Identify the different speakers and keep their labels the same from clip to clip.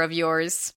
Speaker 1: of yours.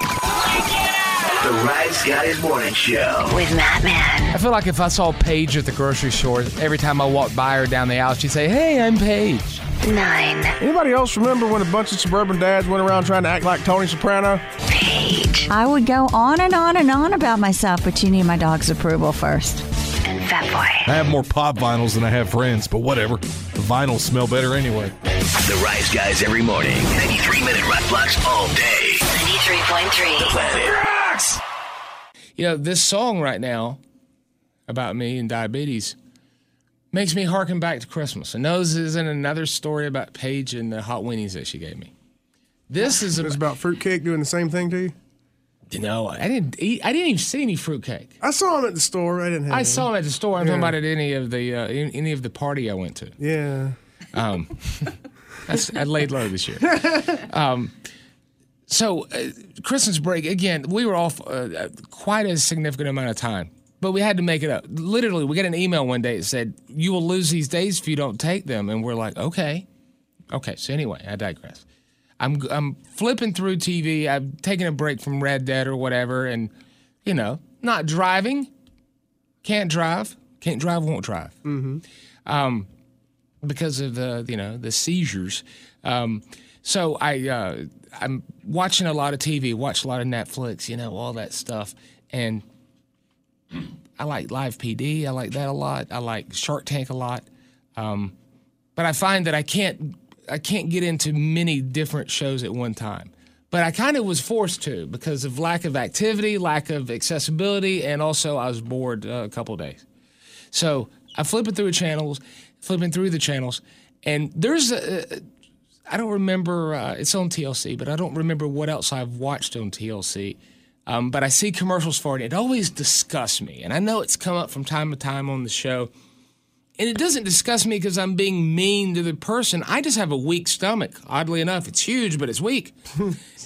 Speaker 2: The Ryan Scotty's Morning Show.
Speaker 3: with Matt Man.
Speaker 4: I feel like if I saw Paige at the grocery store, every time I walked by her down the aisle, she'd say, Hey, I'm Paige.
Speaker 3: Nine.
Speaker 5: Anybody else remember when a bunch of suburban dads went around trying to act like Tony Soprano?
Speaker 3: Page.
Speaker 6: I would go on and on and on about myself, but you need my dog's approval first.
Speaker 3: And Fat Boy.
Speaker 7: I have more pop vinyls than I have friends, but whatever. The vinyls smell better anyway.
Speaker 2: The Rise Guys every morning. 93 minute rock blocks all day.
Speaker 3: 93.3.
Speaker 2: Planet Rocks!
Speaker 4: You know, this song right now about me and diabetes makes me harken back to Christmas. And those isn't another story about Paige and the hot weenies that she gave me. This is
Speaker 5: It was
Speaker 4: about,
Speaker 5: about fruitcake doing the same thing to you.
Speaker 4: no, I didn't eat, I didn't even see any fruitcake.
Speaker 5: I saw him at the store. I didn't have.
Speaker 4: I
Speaker 5: any.
Speaker 4: saw it at the store. I'm talking about at any of the uh, in- any of the party I went to. Um,
Speaker 5: Yeah.
Speaker 4: That's, I laid low this year. Um, so uh, Christmas break again. We were off uh, uh, quite a significant amount of time, but we had to make it up. Literally, we got an email one day that said, "You will lose these days if you don't take them," and we're like, "Okay, okay." So anyway, I digress. I'm I'm flipping through TV. I'm taking a break from Red Dead or whatever, and you know, not driving. Can't drive. Can't drive. Won't drive Um, because of the you know the seizures. Um, so I uh, I'm watching a lot of TV, watch a lot of Netflix, you know all that stuff, and I like Live PD. I like that a lot. I like Shark Tank a lot, um, but I find that I can't I can't get into many different shows at one time. But I kind of was forced to because of lack of activity, lack of accessibility, and also I was bored uh, a couple days. So I'm flipping through channels, flipping through the channels, and there's a, a- I don't remember uh, it's on TLC, but I don't remember what else I've watched on TLC. Um, but I see commercials for it. It always disgusts me, and I know it's come up from time to time on the show. And it doesn't disgust me because I'm being mean to the person. I just have a weak stomach. Oddly enough, it's huge, but it's weak.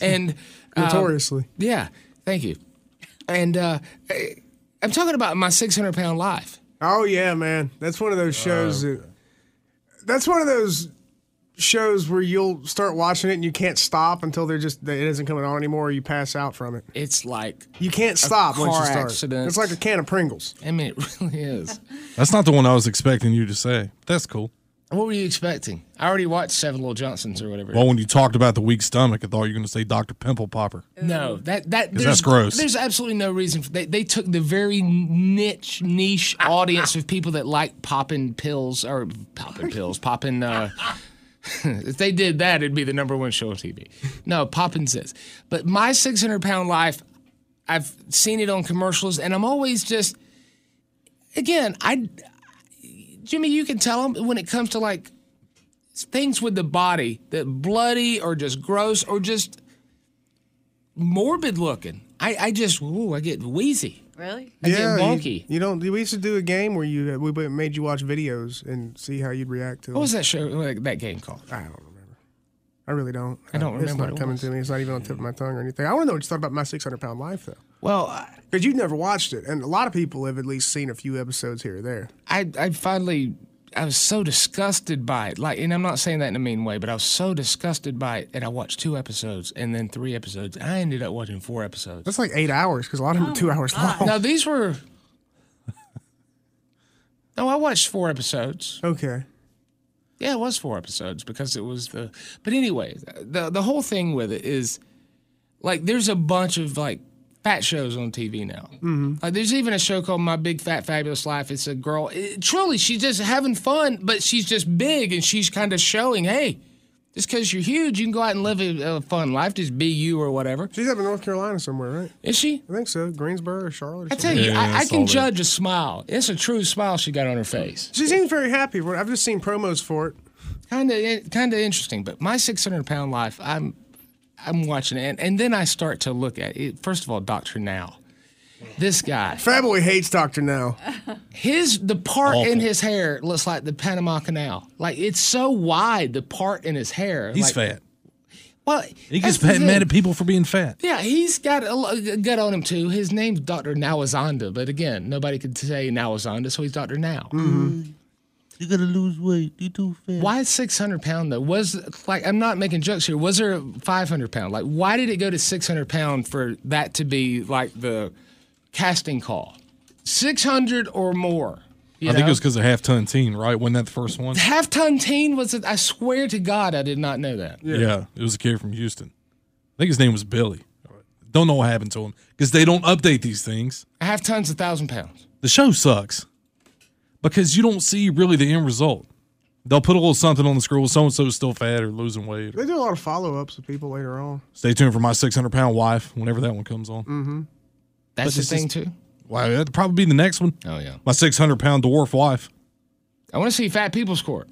Speaker 4: and um,
Speaker 5: Notoriously.
Speaker 4: yeah, thank you. And uh, I- I'm talking about my 600 pound life.
Speaker 5: oh yeah, man. That's one of those shows. that, that's one of those shows where you'll start watching it and you can't stop until they're just it isn't coming on anymore. Or you pass out from it.
Speaker 4: It's like
Speaker 5: You can't stop once you
Speaker 4: car
Speaker 5: start.
Speaker 4: accident.
Speaker 5: It's like a can of Pringles.
Speaker 4: I mean, it really is.
Speaker 7: That's not the one I was expecting you to say. That's cool.
Speaker 4: what were you expecting? I already watched Seven Little Johnsons or whatever.
Speaker 7: Well, when you talked about the weak stomach, I thought you were going to say Dr. Pimple Popper.
Speaker 4: no, that that there's,
Speaker 7: that's gross.
Speaker 4: There's absolutely no reason. For, they they took the very niche niche audience of people that like popping pills or popping pills, popping. Uh, if they did that, it'd be the number one show on TV. No, popping this. But my 600 pound life, I've seen it on commercials, and I'm always just, again, I, Jimmy, you can tell them when it comes to like things with the body that bloody or just gross or just morbid looking. I, I just, ooh, I get wheezy.
Speaker 1: Really?
Speaker 4: I get
Speaker 5: you-
Speaker 4: wonky.
Speaker 5: You, don't. We used to do a game where you we made you watch videos and see how you'd react to. Them.
Speaker 4: what was that show, like, that game called?
Speaker 5: I don't remember. I really don't.
Speaker 4: I don't
Speaker 5: It's
Speaker 4: remember
Speaker 5: not
Speaker 4: what it
Speaker 5: coming
Speaker 4: was.
Speaker 5: to me. It's not even on the tip of my tongue or anything. I want to know what you thought about my 600 pound life though,
Speaker 4: Well, I,
Speaker 5: because you've never watched it, and a lot of people have at least seen a few episodes here or there.
Speaker 4: I, I finally, I was so disgusted by it. Like, and I'm not saying that in a mean way, but I was so disgusted by it, and I watched two episodes and then three episodes. I ended up watching four episodes.
Speaker 5: That's like eight hours, because a lot of them are two hours long.
Speaker 4: Ah, Now these were. No, I watched four episodes.
Speaker 5: Okay.
Speaker 4: Yeah, it was four episodes because it was the. But anyway, the the whole thing with it is, Like there's a bunch of like fat shows on TV now. Mm-hmm. Like there's even a show called My Big Fat Fabulous Life. It's a girl. it- truly, she's just having fun, but she's just big and she's kind of showing, hey, just because you're huge, you can go out and live a, a fun life. Just be you or whatever.
Speaker 5: She's up in North Carolina somewhere, right?
Speaker 4: Is she?
Speaker 5: I think so. Greensboro or Charlotte. Or
Speaker 4: I tell
Speaker 5: something.
Speaker 4: you,
Speaker 7: Yeah,
Speaker 4: I, I
Speaker 7: I saw
Speaker 4: can
Speaker 7: that.
Speaker 4: judge a smile. It's a true smile she got on her face.
Speaker 5: She seems very happy. I've just seen promos for it.
Speaker 4: kind of kind of eh, interesting. But my 600 pound life, I'm I'm watching it, and, and then I start to look at it. First of all, Doctor Now, this guy,
Speaker 5: Fatboy hates Doctor Now.
Speaker 4: his the part in
Speaker 7: Awful.
Speaker 4: his hair looks like the Panama Canal. Like it's so wide, the part in his hair.
Speaker 7: He's
Speaker 4: like,
Speaker 7: fat.
Speaker 4: Well,
Speaker 7: He gets
Speaker 4: that's the
Speaker 7: fat and
Speaker 4: thing.
Speaker 7: mad at people for being fat.
Speaker 4: Yeah, he's got a lo- good on him too. His name's Doctor Nawazanda, but again, nobody could say Nawazanda, so he's Doctor Now.
Speaker 7: Mm-hmm. You gotta lose weight. You too fat.
Speaker 4: Why six hundred pound though? Was like I'm not making jokes here. Was there five hundred pound? Like why did it go to six hundred pound for that to be like the casting call? Six hundred or more. you
Speaker 7: I think
Speaker 4: know?
Speaker 7: it was because of half ton teen, right? Wasn't that the first one?
Speaker 4: half ton teen was. I swear to God, I did not know that.
Speaker 7: Yeah. it was a kid from Houston. I think his name was Billy. Don't know what happened to him because they don't update these things.
Speaker 4: A half ton's a thousand pounds.
Speaker 7: The show sucks because you don't see really the end result. They'll put a little something on the scroll. So and so's still fat or losing weight.
Speaker 5: They do a lot of follow ups with people later on.
Speaker 7: Stay tuned for my 600 pound wife whenever that one comes on.
Speaker 5: Mm-hmm.
Speaker 4: That's the
Speaker 7: this is-
Speaker 4: thing too.
Speaker 7: Wow, that'd probably be the next one.
Speaker 4: Oh yeah.
Speaker 7: My 600 pound dwarf wife.
Speaker 4: I want to see fat people's court.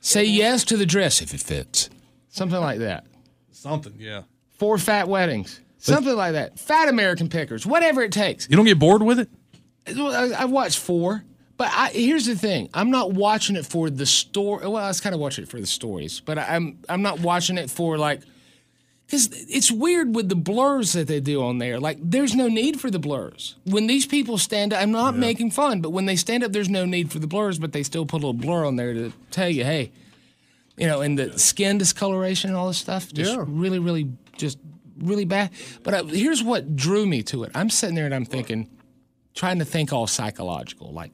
Speaker 4: Say yes to the dress if it fits. Something like that.
Speaker 7: Something, yeah.
Speaker 4: Four fat weddings. Something like that. Fat American pickers. Whatever it takes.
Speaker 7: You don't get bored with it?
Speaker 4: Well, I, I watched four, but I, here's the thing: I'm not watching it for the story. Well, I was kind of watching it for the stories, but I, I'm I'm not watching it for like because it's weird with the blurs that they do on there. Like, there's no need for the blurs when these people stand up. I'm not making fun, but when they stand up, there's no need for the blurs, but they still put a little blur on there to tell you, hey, you know, and the skin discoloration and all this stuff. Just really, really, just really bad. But I, here's what drew me to it. I'm sitting there and I'm thinking trying to think all psychological. Like,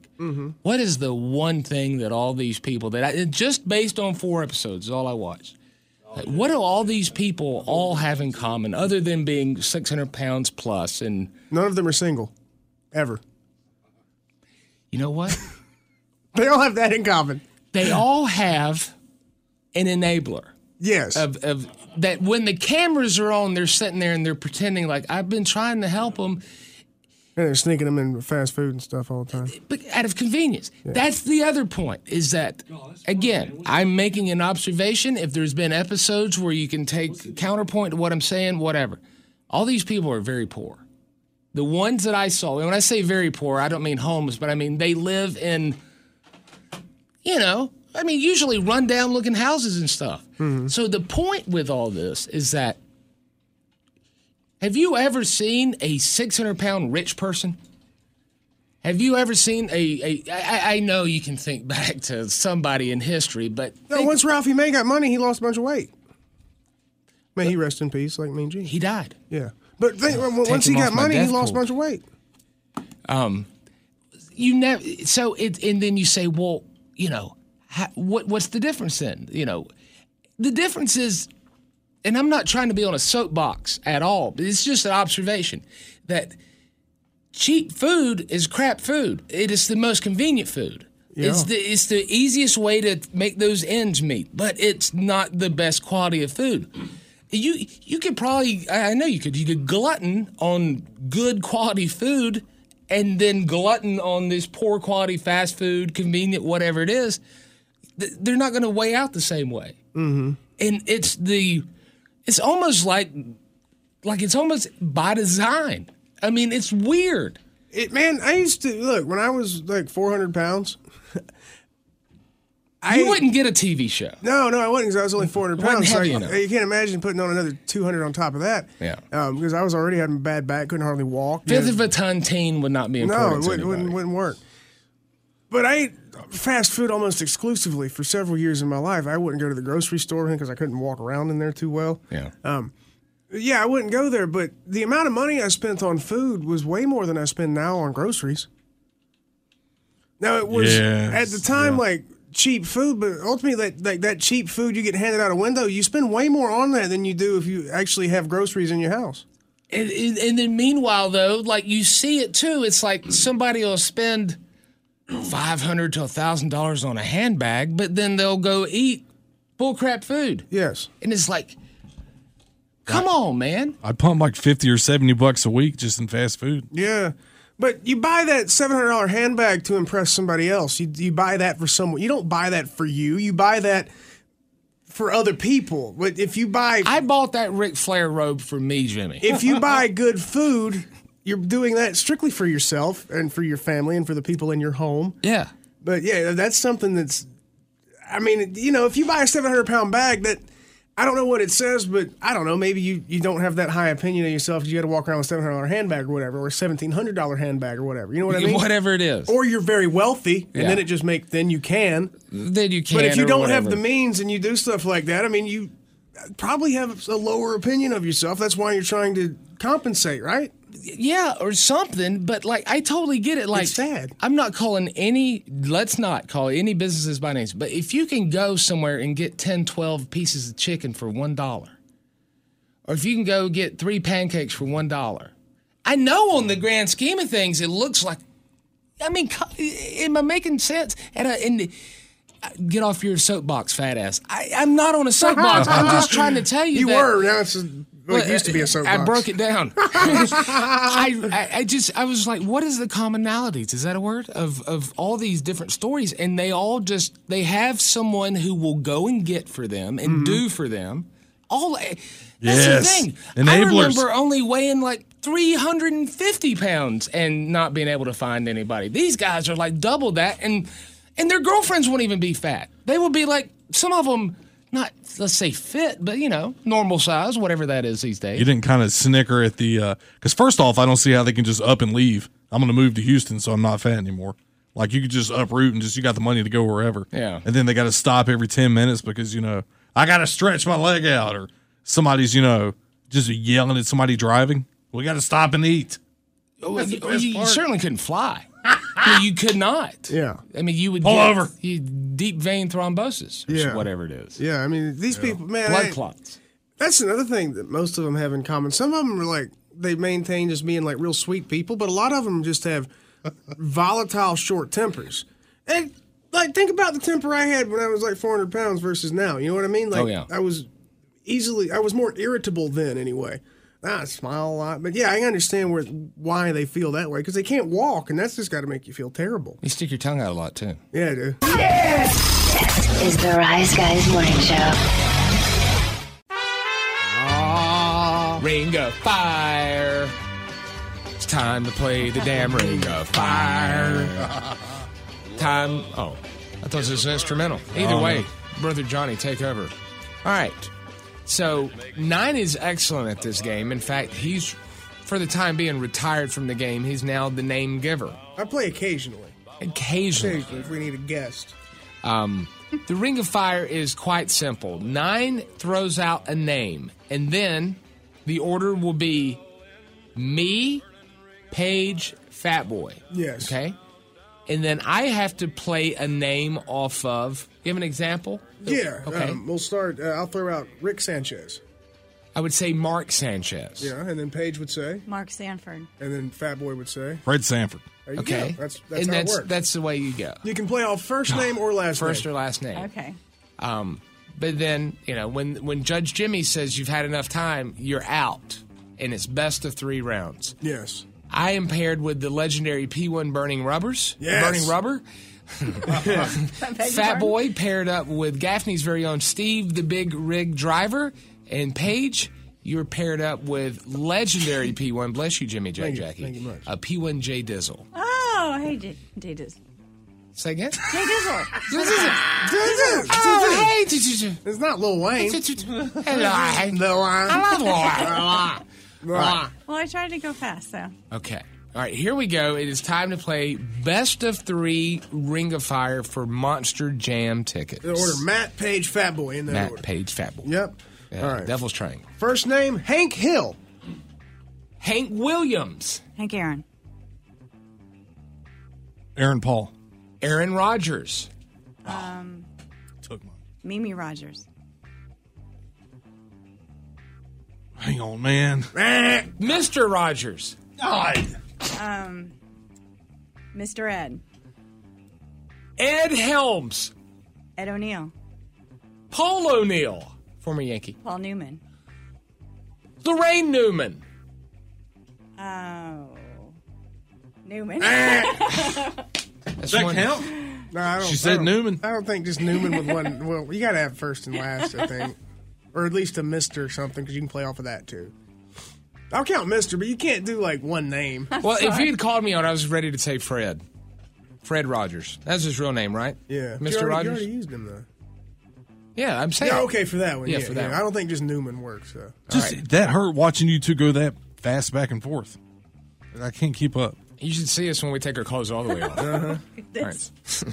Speaker 4: what is the one thing that all these people that I just based on four episodes is all I watched? Like, what do all these people all have in common other than being 600 pounds plus? And
Speaker 5: None of them are single, ever.
Speaker 4: you know what?
Speaker 5: They all have that in common.
Speaker 4: they all have an enabler.
Speaker 5: Yes.
Speaker 4: of, of that when the cameras are on, they're sitting there and they're pretending like I've been trying to help them,
Speaker 5: and they're sneaking them in fast food and stuff all the time.
Speaker 4: but out of convenience. That's the other point is that, again, I'm making an observation. If there's been episodes where you can take counterpoint to what I'm saying, whatever. All these people are very poor. The ones that I saw, and when I say very poor, I don't mean homeless, but I mean they live in, you know, I mean, usually run down looking houses and stuff. So the point with all this is that have you ever seen a 600 pound rich person? Have you ever seen a? a I, I know you can think back to somebody in history, but
Speaker 5: No,
Speaker 4: think-
Speaker 5: once Ralphie May got money, he lost a bunch of weight. May he rest in peace, like Mean Gene.
Speaker 4: he died.
Speaker 5: Yeah, but think, well,
Speaker 4: take
Speaker 5: once he
Speaker 4: him
Speaker 5: got
Speaker 4: off my
Speaker 5: money, he
Speaker 4: death
Speaker 5: lost a
Speaker 4: pool.
Speaker 5: bunch of weight.
Speaker 4: Um, you never so it and then you say well you know ha, what what's the difference then you know the difference is and i'm not trying to be on a soapbox at all but it's just an observation that cheap food is crap food it is the most convenient food it's the it's the easiest way to make those ends meet but it's not the best quality of food you you could probably I I know you could you could glutton on good quality food and then glutton on this poor quality fast food convenient whatever it is Th- they're not going to weigh out the same way mm-hmm. and it's the it's almost like like it's almost by design I mean it's weird
Speaker 5: It, man, I used to look when I was like 400 pounds. I
Speaker 4: you wouldn't get a TV show
Speaker 5: No, no, I wasn't because I was only 400
Speaker 4: It wasn't
Speaker 5: pounds. so
Speaker 4: heavy
Speaker 5: I-
Speaker 4: enough.
Speaker 5: you can't imagine putting on another 200 on top of that.
Speaker 4: Yeah.
Speaker 5: Because I was already having a bad back, couldn't hardly walk.
Speaker 4: fifth of a ton teen would not be
Speaker 5: No,
Speaker 4: important
Speaker 5: it
Speaker 4: to
Speaker 5: wouldn't, wouldn't,
Speaker 4: anybody.
Speaker 5: wouldn't work. But I ate fast food almost exclusively for several years in my life. I wouldn't go to the grocery store because I couldn't walk around in there too well. Um,
Speaker 4: yeah
Speaker 5: Yeah, I wouldn't go there, but the amount of money I spent on food was way more than I spend now on groceries. Now it was
Speaker 7: Yes,
Speaker 5: at the time
Speaker 7: yeah.
Speaker 5: like cheap food, but ultimately that like that cheap food you get handed out a window, you spend way more on that than you do if you actually have groceries in your house.
Speaker 4: And, and, and then meanwhile, though, like you see it too. It's like somebody will spend five hundred to thousand dollars on a handbag, but then they'll go eat bullcrap food,
Speaker 5: Yes.
Speaker 4: and it's like, come on, man.
Speaker 7: I pump like 50 or 70 bucks a week just in fast food.
Speaker 5: Yeah. But you buy that seven hundred dollar handbag to impress somebody else. You you buy that for someone. You don't buy that for you. You buy that for other people. But if you buy
Speaker 4: I bought that Ric Flair robe for me, Jimmy.
Speaker 5: if you buy good food, you're doing that strictly for yourself and for your family and for the people in your home.
Speaker 4: yeah,
Speaker 5: But yeah, that's something that's. I mean, you know, if you buy a 700 pound bag, that I don't know what it says, but I don't know. Maybe you, you don't have that high opinion of yourself 'cause you got to walk around with a $700 handbag or whatever, or a $1,700 handbag or whatever. You know what I mean?
Speaker 4: whatever it is,
Speaker 5: Or you're very wealthy, and
Speaker 4: Yeah.
Speaker 5: then it just make then you can.
Speaker 4: then you can.
Speaker 5: But if you
Speaker 4: or
Speaker 5: don't have the
Speaker 4: whatever.
Speaker 5: means and you do stuff like that, I mean, you probably have a lower opinion of yourself. That's why you're trying to compensate, right?
Speaker 4: yeah, or something. But like, I totally get it. Like,
Speaker 5: It's sad.
Speaker 4: I'm not calling any. Let's not call any businesses by names. But if you can go somewhere and get 10, 12 pieces of chicken for one dollar, or if you can go get three pancakes for one dollar, I know on the grand scheme of things, it looks like. I mean, co- am I making sense? And, I, and uh, get off your soapbox, fat ass. I, I'm not on a soapbox. I'm just trying to tell you.
Speaker 5: You
Speaker 4: that,
Speaker 5: were. Now it's. Just, well, it
Speaker 4: well,
Speaker 5: used to be a soapbox.
Speaker 4: I broke it down. I, I, I just, I was like, what is the commonalities? Is that a word of of all these different stories? And they all just, they have someone who will go and get for them and
Speaker 5: Mm-hmm.
Speaker 4: do for them. All eh, that's
Speaker 7: Yes.
Speaker 4: the thing. I
Speaker 7: Enablers.
Speaker 4: remember only weighing like 350 pounds and not being able to find anybody. These guys are like double that, and and their girlfriends won't even be fat. They will be like some of them, not let's say fit, but you know, normal size, whatever that is these days.
Speaker 7: You didn't kind of snicker at the, because first off, I don't see how they can just up and leave. I'm going to move to Houston, so I'm not fat anymore. Like you could just uproot and just, you got the money to go wherever.
Speaker 4: Yeah.
Speaker 7: And then they got to stop every 10 minutes because, you know, I got to stretch my leg out or somebody's, you know, just yelling at somebody driving. We got to stop and eat.
Speaker 4: Well, you, you- you certainly couldn't fly. I mean, you could not.
Speaker 5: Yeah.
Speaker 4: I mean, you would
Speaker 7: Pull
Speaker 4: get
Speaker 7: over.
Speaker 4: you- deep vein thrombosis, or
Speaker 5: Yeah.
Speaker 4: whatever it is,
Speaker 5: Yeah, I mean these people, man.
Speaker 4: blood
Speaker 5: I-
Speaker 4: clots.
Speaker 5: That's another thing that most of them have in common. Some of them are like they maintain just being like real sweet people, but a lot of them just have volatile short tempers. And like think about the temper I had when I was like 400 pounds versus now. You know what I mean? Like
Speaker 4: Oh, yeah.
Speaker 5: I was easily, I was more irritable then anyway. I smile a lot, but yeah, I understand where why they feel that way because they can't walk, and that's just got to make you feel terrible.
Speaker 4: You stick your tongue out a lot too.
Speaker 5: Yeah, dude.
Speaker 3: Is the Rise Guys Morning Show.
Speaker 4: Ring of fire. It's time to play the damn ring of fire. time. Oh, I thought this was an instrumental. Either way, brother Johnny, take over. All right. So nine is excellent at this game. In fact, he's for the time being retired from the game. He's now the name giver.
Speaker 5: I play occasionally,
Speaker 4: Occasionally.
Speaker 5: occasionally if we need a guest.
Speaker 4: Um, the Ring of Fire is quite simple. Nine throws out a name, and then the order will be me, Paige, Fatboy.
Speaker 5: Yes.
Speaker 4: Okay. And then I have to play a name off of. Give an example.
Speaker 5: Yeah.
Speaker 4: Okay.
Speaker 5: Um, we'll start. Uh, I'll throw out Rick Sanchez.
Speaker 4: I would say Mark Sanchez.
Speaker 5: Yeah, and then Paige would say,
Speaker 6: Mark Sanford.
Speaker 5: and then Fat Boy would say.
Speaker 7: Fred Sanford.
Speaker 5: There you
Speaker 4: Okay.
Speaker 5: go. That's that's
Speaker 4: and
Speaker 5: how
Speaker 4: that's
Speaker 5: it works.
Speaker 4: that's the way you go.
Speaker 5: you can play off first name or last
Speaker 4: First
Speaker 5: name.
Speaker 4: or last name.
Speaker 6: Okay.
Speaker 4: Um, but then you know when when Judge Jimmy says you've had enough time, you're out, and it's best of three rounds.
Speaker 5: yes.
Speaker 4: I am paired with the legendary P1 Burning Rubbers.
Speaker 5: Yes.
Speaker 4: Burning Rubber. Fat Boy paired up with Gaffney's very own Steve, the big rig driver. And Paige, you're paired up with legendary P1. Bless you, Jimmy J.
Speaker 5: Thank you.
Speaker 4: Jackie.
Speaker 5: Thank you much.
Speaker 4: A P1 J Dizzle.
Speaker 6: Oh, hey, J- J Dizzle.
Speaker 4: Say again?
Speaker 6: J Dizzle.
Speaker 4: This is a-
Speaker 5: it's
Speaker 4: oh, hey. did you- did
Speaker 5: not Lil Wayne.
Speaker 4: you- did you- Hello. I love Lil Wayne.
Speaker 6: Well, I tried to go fast, so.
Speaker 4: Okay. All right, here we go. It is time to play best of three Ring of Fire for Monster Jam tickets.
Speaker 5: The order Matt Page Fat Boy in that
Speaker 4: Matt
Speaker 5: order.
Speaker 4: Page Fatboy.
Speaker 5: Yep.
Speaker 4: Yeah,
Speaker 5: All right.
Speaker 4: Devil's Triangle.
Speaker 5: First name Hank Hill.
Speaker 4: Hank Williams.
Speaker 6: Hank Aaron.
Speaker 7: Aaron Paul.
Speaker 4: Aaron Rodgers.
Speaker 7: Took mine.
Speaker 8: um, Mimi Rogers.
Speaker 7: Hang on, man.
Speaker 4: Mr. Rogers.
Speaker 7: God.
Speaker 8: Mr. Um, Ed.
Speaker 4: Ed Helms.
Speaker 8: Ed O'Neill.
Speaker 4: Paul O'Neill. Former Yankee.
Speaker 8: Paul Newman.
Speaker 4: Lorraine Newman.
Speaker 8: Oh. Newman.
Speaker 5: Eh.
Speaker 4: That's
Speaker 7: Does that
Speaker 4: one-
Speaker 7: count?
Speaker 5: No, I don't,
Speaker 7: She said
Speaker 5: I don't-
Speaker 7: Newman.
Speaker 5: I don't think just Newman with one. Well, you got to have first and last, I think, or at least a Mister or something because you can play off of that too. I'll count Mister, but you can't do like one name.
Speaker 4: Well, if you had called me on, I was ready to say Fred. Fred Rogers. That's his real name, right?
Speaker 5: Yeah, You
Speaker 4: Mr.
Speaker 5: already-
Speaker 4: Rogers?
Speaker 5: You already used him though.
Speaker 4: Yeah, I'm saying.
Speaker 5: Yeah, okay for that one.
Speaker 4: Yeah,
Speaker 5: Yeah,
Speaker 4: for that
Speaker 5: yeah.
Speaker 4: one.
Speaker 5: I don't think just Newman works. So.
Speaker 7: Just that hurt watching you two go that fast back and forth. I can't keep up.
Speaker 4: You should see us when we take our clothes all the way off.
Speaker 5: Uh-huh.
Speaker 8: This-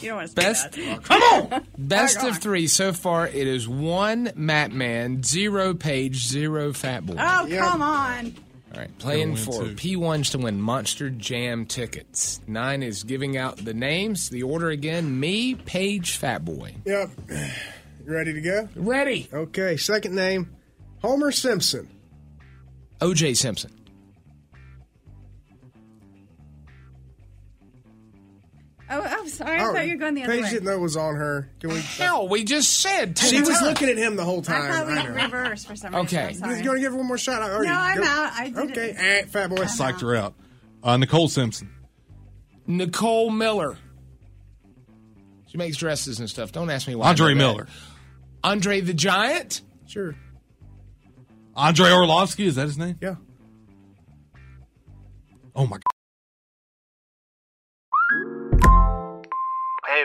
Speaker 8: you don't want to say
Speaker 4: Best,
Speaker 8: that.
Speaker 4: come on! Best of three so far. It is one Matt Man, zero Page, zero Fat Boy.
Speaker 8: Oh, come on.
Speaker 4: All right, playing
Speaker 7: Gonna
Speaker 4: for
Speaker 7: win
Speaker 4: P1s to win Monster Jam tickets. Nine is giving out the names, the order again. Me, Page, Fat Boy.
Speaker 5: Yep. You ready to go?
Speaker 4: Ready?
Speaker 5: Okay. Second name, Homer Simpson.
Speaker 4: OJ Simpson.
Speaker 8: Oh, I'm sorry. I
Speaker 5: Oh,
Speaker 8: thought you were going the other
Speaker 5: Paige
Speaker 8: way.
Speaker 5: didn't know it was on her. Can we?
Speaker 4: Hell, we just said. ten
Speaker 5: She was
Speaker 4: times.
Speaker 5: looking at him the whole time.
Speaker 8: I thought we
Speaker 5: I
Speaker 8: did
Speaker 5: know.
Speaker 8: reverse for some reason.
Speaker 4: Okay.
Speaker 8: I'm
Speaker 4: He's
Speaker 8: sorry.
Speaker 5: He's gonna give her one more shot. I already
Speaker 8: No, I'm
Speaker 5: go-
Speaker 8: out. I did
Speaker 5: okay,
Speaker 8: it.
Speaker 5: eh, fat boy.
Speaker 7: Psyched her out. Uh, Nicole Simpson.
Speaker 4: Nicole Miller. She makes dresses and stuff. Don't ask me why. I
Speaker 7: Andre
Speaker 4: know that.
Speaker 7: Miller.
Speaker 4: Andre the Giant.
Speaker 5: Sure.
Speaker 7: Andre Orlovsky, is that his name?
Speaker 5: Yeah.
Speaker 7: Oh my god.
Speaker 9: Hey,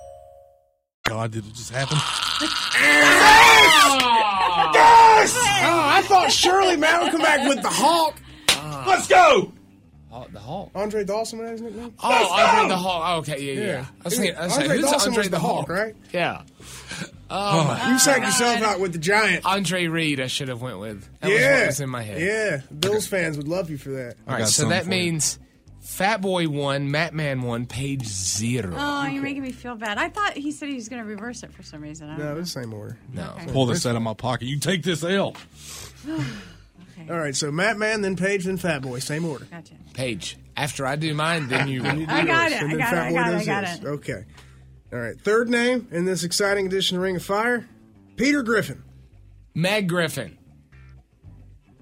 Speaker 7: God, did it just happen?
Speaker 5: Oh, I thought Shirley Matt would come back with the Hulk.
Speaker 7: Let's go!
Speaker 4: Oh, the Ah. Hulk.
Speaker 5: Andre Dawson was his nickname.
Speaker 4: Oh, Andre the Hulk. Oh, okay, yeah, yeah.
Speaker 5: Yeah.
Speaker 4: I was thinking, I was
Speaker 5: Andre
Speaker 4: like, who's
Speaker 5: Dawson
Speaker 4: Andre
Speaker 5: was
Speaker 4: the
Speaker 5: the
Speaker 4: Hulk?
Speaker 5: Hulk, right?
Speaker 4: Yeah.
Speaker 5: Oh. you psyched yourself out with the giant.
Speaker 4: Oh Andre Reed, I should have went with. That was
Speaker 5: yeah,
Speaker 4: what was in my head.
Speaker 5: Yeah, Bills fans would love you for that.
Speaker 4: All
Speaker 7: I
Speaker 4: right,
Speaker 7: got
Speaker 4: so
Speaker 7: something
Speaker 4: that
Speaker 7: for you.
Speaker 4: means Fat Boy 1, Matt Man 1, page 0.
Speaker 8: Oh, you're making me feel bad. I thought he said he was going to reverse it for some reason. I don't
Speaker 5: No,
Speaker 8: know.
Speaker 5: it's the same order.
Speaker 4: no.
Speaker 7: Pull this out of my pocket. You take this L.
Speaker 5: All right, so Matt Man, then Paige, then Fat Boy, same order.
Speaker 8: Gotcha.
Speaker 4: Page. After I do mine, then you will.
Speaker 8: I got it. I
Speaker 5: And then
Speaker 8: got it.
Speaker 5: Fat
Speaker 8: I
Speaker 5: Boy
Speaker 8: got it. I
Speaker 5: does
Speaker 8: got
Speaker 5: this.
Speaker 8: it.
Speaker 5: Okay. All right, third name in this exciting edition of Ring of Fire, Peter Griffin.
Speaker 4: Meg Griffin.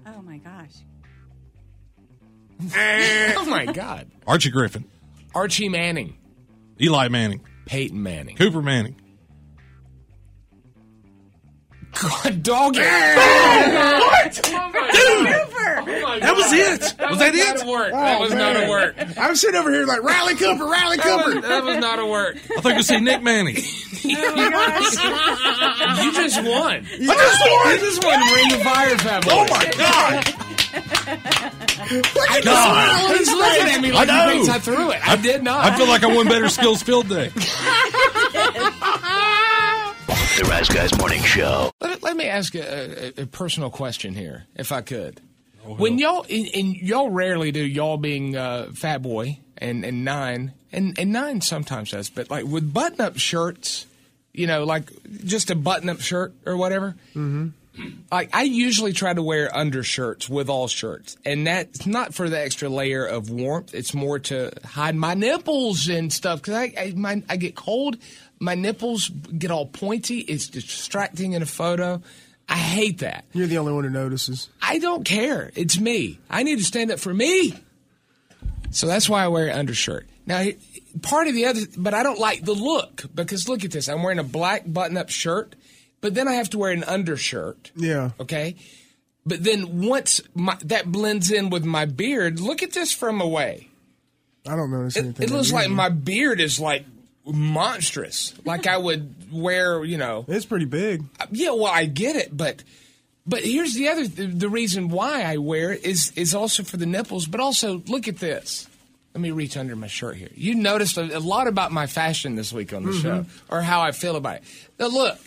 Speaker 8: Oh my gosh.
Speaker 4: Oh, my God.
Speaker 7: Archie Griffin.
Speaker 4: Archie Manning.
Speaker 7: Eli Manning.
Speaker 4: Peyton Manning.
Speaker 7: Cooper Manning.
Speaker 4: God, dog it.
Speaker 5: What?
Speaker 4: That was it. Was that it? work. That was not a work.
Speaker 5: Oh, I'm sitting over here like Riley Cooper, Riley
Speaker 4: That was-
Speaker 5: Cooper.
Speaker 4: that was not a work.
Speaker 7: I think we see Nick Manning.
Speaker 4: You just won.
Speaker 5: I just won.
Speaker 4: You just won Ring of Fire Family.
Speaker 5: Oh my god! Look at
Speaker 4: God.
Speaker 5: this.
Speaker 4: He's looking at me like
Speaker 7: I know.
Speaker 4: he thinks I threw it. I, did not.
Speaker 7: I feel like I won better skills field day.
Speaker 10: The Rise Guys Morning Show.
Speaker 4: Let, let me ask a, a, a personal question here, if I could. when y'all and, and y'all rarely do y'all being uh, Fat Boy and and Nine and and Nine sometimes does, but like with button up shirts, you know, like just a button up shirt or whatever.
Speaker 5: Mm-hmm.
Speaker 4: Like I usually try to wear undershirts with all shirts, and that's not for the extra layer of warmth. It's more to hide my nipples and stuff because I I, my, I get cold, my nipples get all pointy. It's distracting in a photo. I hate that.
Speaker 5: You're the only one who notices.
Speaker 4: I don't care. It's me. I need to stand up for me. So that's why I wear an undershirt. Now, he- part of the other, but I don't like the look because look at this. I'm wearing a black button up shirt, but then I have to wear an undershirt.
Speaker 5: Yeah.
Speaker 4: Okay. But then once my, that blends in with my beard, look at this from away.
Speaker 5: I don't notice anything.
Speaker 4: It looks like my beard is like monstrous. Like I would wear, you know. Uh,
Speaker 5: It's pretty big.
Speaker 4: Yeah, well, I get it, but but here's the other th- the reason why I wear it is is also for the nipples, but also look at this. Let me reach under my shirt here. You noticed a, a lot about my fashion this week on the
Speaker 11: Mhm.
Speaker 4: show,
Speaker 5: Mm-hmm.
Speaker 4: or how I feel about it. Now look,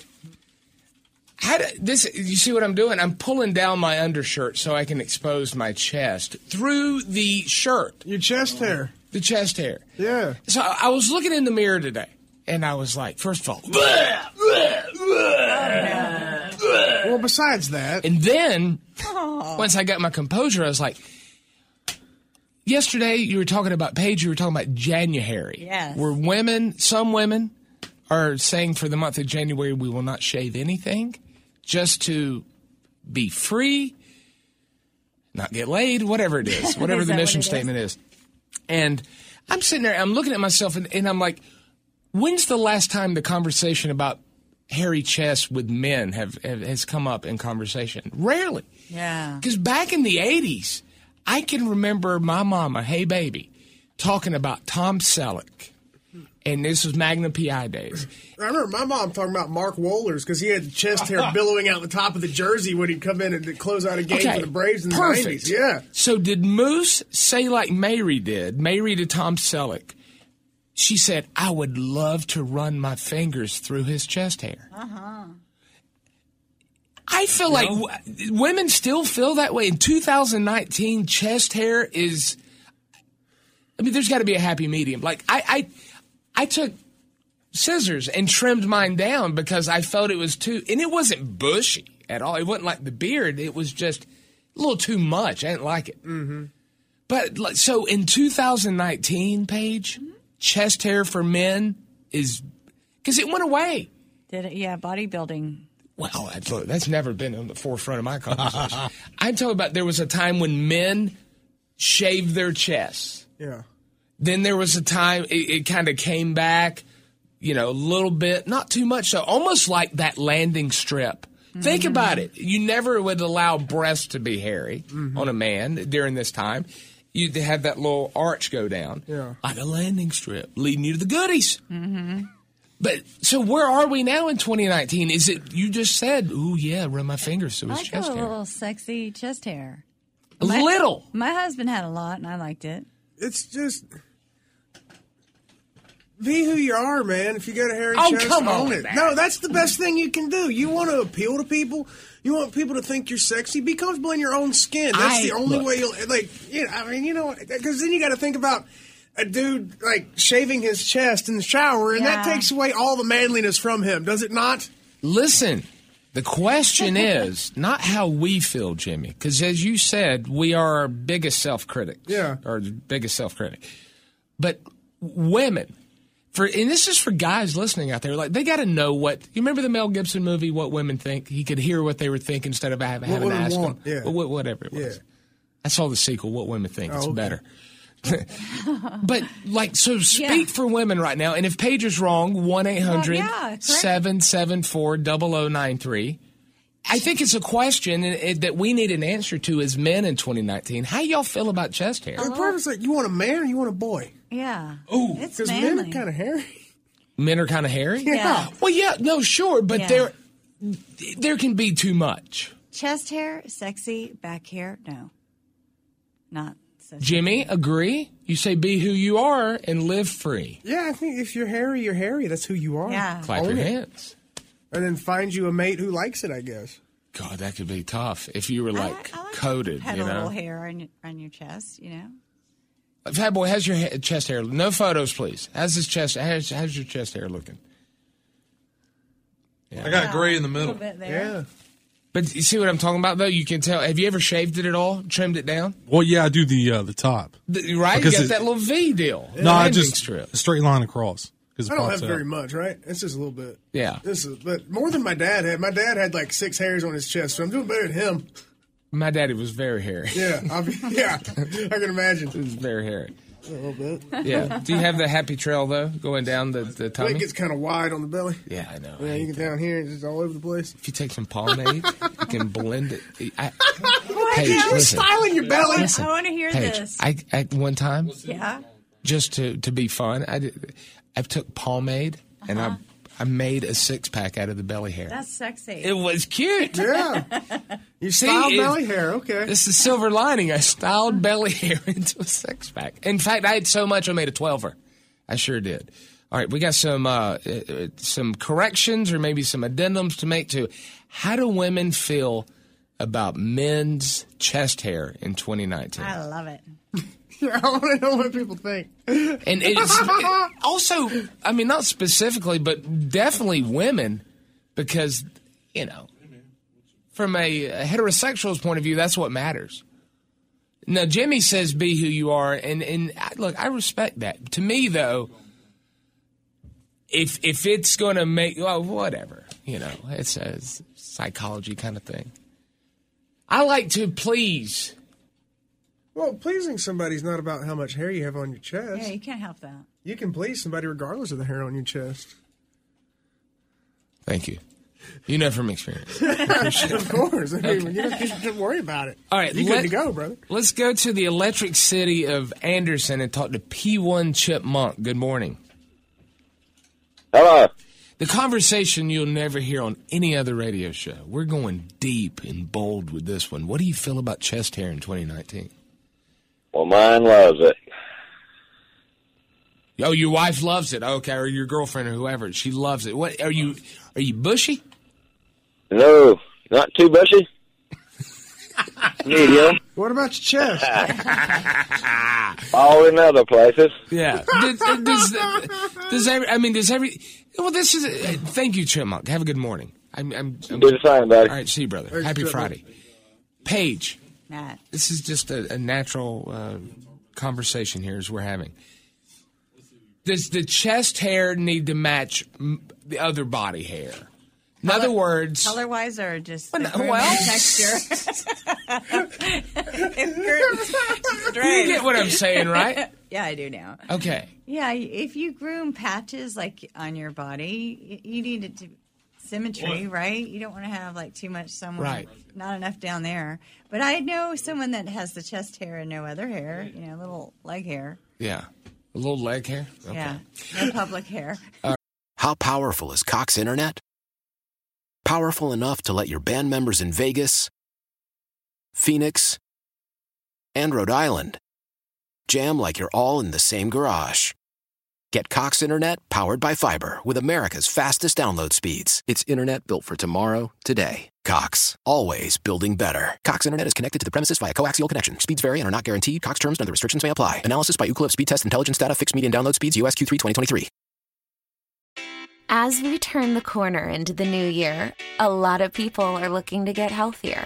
Speaker 4: how do, this you see what I'm doing? I'm pulling down my undershirt so I can expose my chest through the shirt.
Speaker 5: Your chest hair.
Speaker 4: The chest hair.
Speaker 5: Yeah.
Speaker 4: So I I was looking in the mirror today, and I was like, first of all,
Speaker 5: Well, besides that,
Speaker 4: and then once I got my composure, I was like, yesterday you were talking about Paige, you were talking about January.
Speaker 8: Yes.
Speaker 4: Where women, some women are saying for the month of January, we will not shave anything just to be free, not get laid, whatever it is, whatever
Speaker 11: Is
Speaker 4: the
Speaker 11: that what
Speaker 4: mission
Speaker 11: it is?
Speaker 4: statement is. And I'm sitting there, I'm looking at myself, and, and I'm like, when's the last time the conversation about hairy chests with men have, have has come up in conversation? Rarely.
Speaker 8: Yeah.
Speaker 4: Because back in the 80s, I can remember my mama, hey baby, talking about Tom Selleck. And this was Magna PI days.
Speaker 5: I remember my mom talking about Mark Wohlers because he had chest hair billowing out the top of the jersey when he'd come in and close out a game
Speaker 4: Okay,
Speaker 5: for the Braves in the
Speaker 4: perfect.
Speaker 5: nineties. Yeah.
Speaker 4: So did Moose say like Mary did, Mary to Tom Selleck? She said, I would love to run my fingers through his chest hair.
Speaker 8: Uh
Speaker 12: Uh-huh.
Speaker 8: huh.
Speaker 4: I feel like w- women still feel that way. In 2019, chest hair is. I mean, there's got to be a happy medium. Like I, I, I took scissors and trimmed mine down because I felt it was too, and it wasn't bushy at all. It wasn't like the beard. It was just a little too much. I didn't like it. Mm-hmm. But like, so in 2019, Paige, chest hair for men is because it went away.
Speaker 8: Did it? Yeah, bodybuilding.
Speaker 4: Well, that's, look, that's never been on the forefront of my conversation. I'm talking about there was a time when men shaved their chests.
Speaker 5: Yeah.
Speaker 4: Then there was a time it, it kind of came back, you know, a little bit, not too much. So almost like that landing strip. Think about it. You never would allow breasts to be hairy on a man during this time. You'd have that little arch go down,
Speaker 5: Yeah.
Speaker 4: like a landing strip, leading you to the goodies.
Speaker 8: Mm-hmm.
Speaker 4: But so where are we now in 2019? Is it you just said? Ooh yeah, run my fingers through his
Speaker 8: I got
Speaker 4: chest
Speaker 8: a
Speaker 4: hair.
Speaker 8: little sexy chest hair.
Speaker 4: A little.
Speaker 8: My husband had a lot, and I liked it.
Speaker 5: It's just be who you are, man. If you got a hairy
Speaker 8: Oh,
Speaker 5: chest,
Speaker 8: come
Speaker 5: own
Speaker 8: on,
Speaker 5: it.
Speaker 8: man.
Speaker 5: No, that's the best thing you can do. You want to appeal to people. You want people to think you're sexy. Be comfortable in your own skin. That's
Speaker 11: I-
Speaker 5: the only
Speaker 11: look.
Speaker 5: way you'll like. You know, I mean, you know, because then you got to think about a dude like shaving his chest in the shower, and that
Speaker 11: Yeah.
Speaker 5: takes away all the manliness from him, does it not?
Speaker 4: Listen, the question is not how we feel, Jimmy, because as you said, we are our biggest self critic. Yeah. Our biggest self critic. But women, for and this is for guys listening out there, like they got to know what. You remember the Mel Gibson movie, What Women Think? He could hear what they were thinking instead of having, having to
Speaker 5: women
Speaker 4: ask
Speaker 5: want,
Speaker 4: them.
Speaker 5: yeah.
Speaker 4: Wha- wha- whatever it was. I saw the sequel, What Women Think.
Speaker 5: Oh,
Speaker 4: It's
Speaker 5: okay.
Speaker 4: better.
Speaker 6: Uh-uh.
Speaker 4: but like, so speak for women right now. And if Paige is wrong, 1 800
Speaker 8: yeah, correct.
Speaker 4: 774 0093. I think it's a question and- and that we need an answer to as men in 2019. How y'all feel about chest hair?
Speaker 5: The
Speaker 6: Uh-huh.
Speaker 5: preference like you want a man or you want a boy.
Speaker 6: Yeah.
Speaker 5: Oh,
Speaker 6: It's
Speaker 5: because men are
Speaker 6: manly.
Speaker 5: kind of hairy.
Speaker 4: Men are kind of hairy.
Speaker 6: Yeah.
Speaker 4: Well, yeah, no, sure, but
Speaker 6: Yeah.
Speaker 4: there, there can be too much.
Speaker 6: Chest hair, sexy. Back hair, no. Not so.
Speaker 4: Jimmy, agree? You say be who you are and live free.
Speaker 5: Yeah, I think if you're hairy, you're hairy. That's who you are.
Speaker 6: Yeah.
Speaker 4: Clap
Speaker 5: Own
Speaker 4: your
Speaker 5: it.
Speaker 4: hands.
Speaker 5: And then find you a mate who likes it, I guess.
Speaker 4: God, that could be tough if you were like, coated.
Speaker 6: Had
Speaker 4: you
Speaker 6: a
Speaker 4: know,
Speaker 6: little hair on your, on your chest, you know?
Speaker 4: Fat boy, how's your ha- chest hair? No photos, please. How's his chest? How's, how's your chest hair looking? Yeah.
Speaker 7: I got gray in the middle.
Speaker 5: Yeah.
Speaker 4: But you see what I'm talking about, though. You can tell. Have you ever shaved it at all? Trimmed it down?
Speaker 7: Well, yeah, I do the uh, the top.
Speaker 4: Th- Right?
Speaker 7: Because
Speaker 4: you got
Speaker 7: it-
Speaker 4: that little V deal.
Speaker 7: no, I
Speaker 4: Landing
Speaker 7: just
Speaker 4: strip.
Speaker 7: straight line across. 'cause it
Speaker 5: I don't
Speaker 7: pops
Speaker 5: have very
Speaker 7: out.
Speaker 5: much, right? It's just a little bit.
Speaker 4: Yeah.
Speaker 5: This is, but more than my dad had. My dad had like six hairs on his chest, so I'm doing better than him.
Speaker 4: My daddy was very hairy.
Speaker 5: Yeah, I'll be, yeah, I can
Speaker 4: He
Speaker 5: imagine.
Speaker 4: was very hairy.
Speaker 5: A little bit.
Speaker 4: Yeah. Do you have the happy trail though, going down the the
Speaker 5: Well,
Speaker 4: tummy?
Speaker 5: it gets kind of wide on the belly.
Speaker 4: Yeah, I know.
Speaker 5: Yeah, you get down here, it's just all over the place.
Speaker 4: If you take some pomade, you can blend it. I,
Speaker 5: Why
Speaker 4: Paige,
Speaker 5: you
Speaker 4: listen.
Speaker 5: styling your belly?
Speaker 4: Listen,
Speaker 6: I wanna hear
Speaker 4: Paige,
Speaker 6: this.
Speaker 4: I at one time,
Speaker 6: Yeah.
Speaker 4: just to to be fun, I did, I took pomade and I I made a six pack out of the belly hair.
Speaker 6: That's sexy.
Speaker 4: it was cute.
Speaker 5: Yeah. You
Speaker 4: See,
Speaker 5: style
Speaker 4: it-
Speaker 5: belly hair, okay.
Speaker 4: It's the silver lining. I styled belly hair into a six pack. In fact, I had so much I made a twelver. I sure did. All right, we got some uh, uh, uh, some corrections or maybe some addendums to make to how do women feel about men's chest hair in 2019?
Speaker 6: I love it.
Speaker 5: Yeah, I want to know what people think.
Speaker 4: And it's it- also, I mean, not specifically, but definitely women, because you know, from a, a heterosexual's point of view, that's what matters. Now, Jimmy says, "Be who you are," and and I, look, I respect that. To me, though, if if it's going to make well, whatever, you know, it's a psychology kind of thing. I like to please.
Speaker 5: Well, pleasing somebody's not about how much hair you have on your
Speaker 6: Yeah,
Speaker 5: chest.
Speaker 6: you can't help that.
Speaker 5: You can please somebody regardless of the hair on your chest.
Speaker 4: Thank you. You know from experience.
Speaker 5: of course. I mean, you, don't, you shouldn't worry about it.
Speaker 4: All right,
Speaker 5: You
Speaker 4: let-
Speaker 5: good to go, brother.
Speaker 4: Let's go to the electric city of Anderson and talk to P1 Chipmunk. Good morning.
Speaker 11: Hello.
Speaker 4: The conversation you'll never hear on any other radio show. We're going deep and bold with this one. What do you feel about chest hair in 2019?
Speaker 11: Well, mine loves it.
Speaker 4: Oh, your wife loves it. Okay, or your girlfriend or whoever. She loves it. What are you? Are you bushy?
Speaker 11: No, not too bushy. Medium.
Speaker 5: What about your chest?
Speaker 11: All in other places.
Speaker 4: Yeah. does, does, does every, I mean, does every? Well, this is. uh, thank you, Chipmunk. Have a good morning. I'm. I'm, I'm
Speaker 11: Do the same, buddy.
Speaker 4: All right, see you, brother.
Speaker 11: Thanks,
Speaker 4: Happy
Speaker 11: Chipmunk.
Speaker 4: Friday. Paige.
Speaker 6: Matt.
Speaker 4: This is just a, a natural uh, conversation here as we're having. Does the chest hair need to match mm, the other body hair? In other words,
Speaker 6: Color wise or just the
Speaker 4: no,
Speaker 6: grooming
Speaker 4: well-
Speaker 6: texture?
Speaker 4: you get what I'm saying, right? Oh.
Speaker 6: yeah, I do now.
Speaker 4: Okay.
Speaker 6: Yeah, if you groom patches like on your body, y- you need it to symmetry, right? You don't want to have like too much somewhere,
Speaker 4: Right.
Speaker 6: not enough down there. But I know someone that has the chest hair and no other hair, you know, little leg hair.
Speaker 4: Yeah. A little leg hair?
Speaker 6: Yeah, no public hair.
Speaker 13: How powerful is Cox Internet? Powerful enough to let your band members in Vegas, Phoenix, and Rhode Island jam like you're all in the same garage. Get Cox Internet powered by fiber with America's fastest download speeds. It's internet built for tomorrow, today. Cox, always building better. Cox Internet is connected to the premises via coaxial connection. Speeds vary and are not guaranteed. Cox terms and other restrictions may apply. Analysis by Ookla of speed test intelligence data. Fixed median download speeds. USQ3 2023.
Speaker 14: As we turn the corner into the new year, a lot of people are looking to get healthier.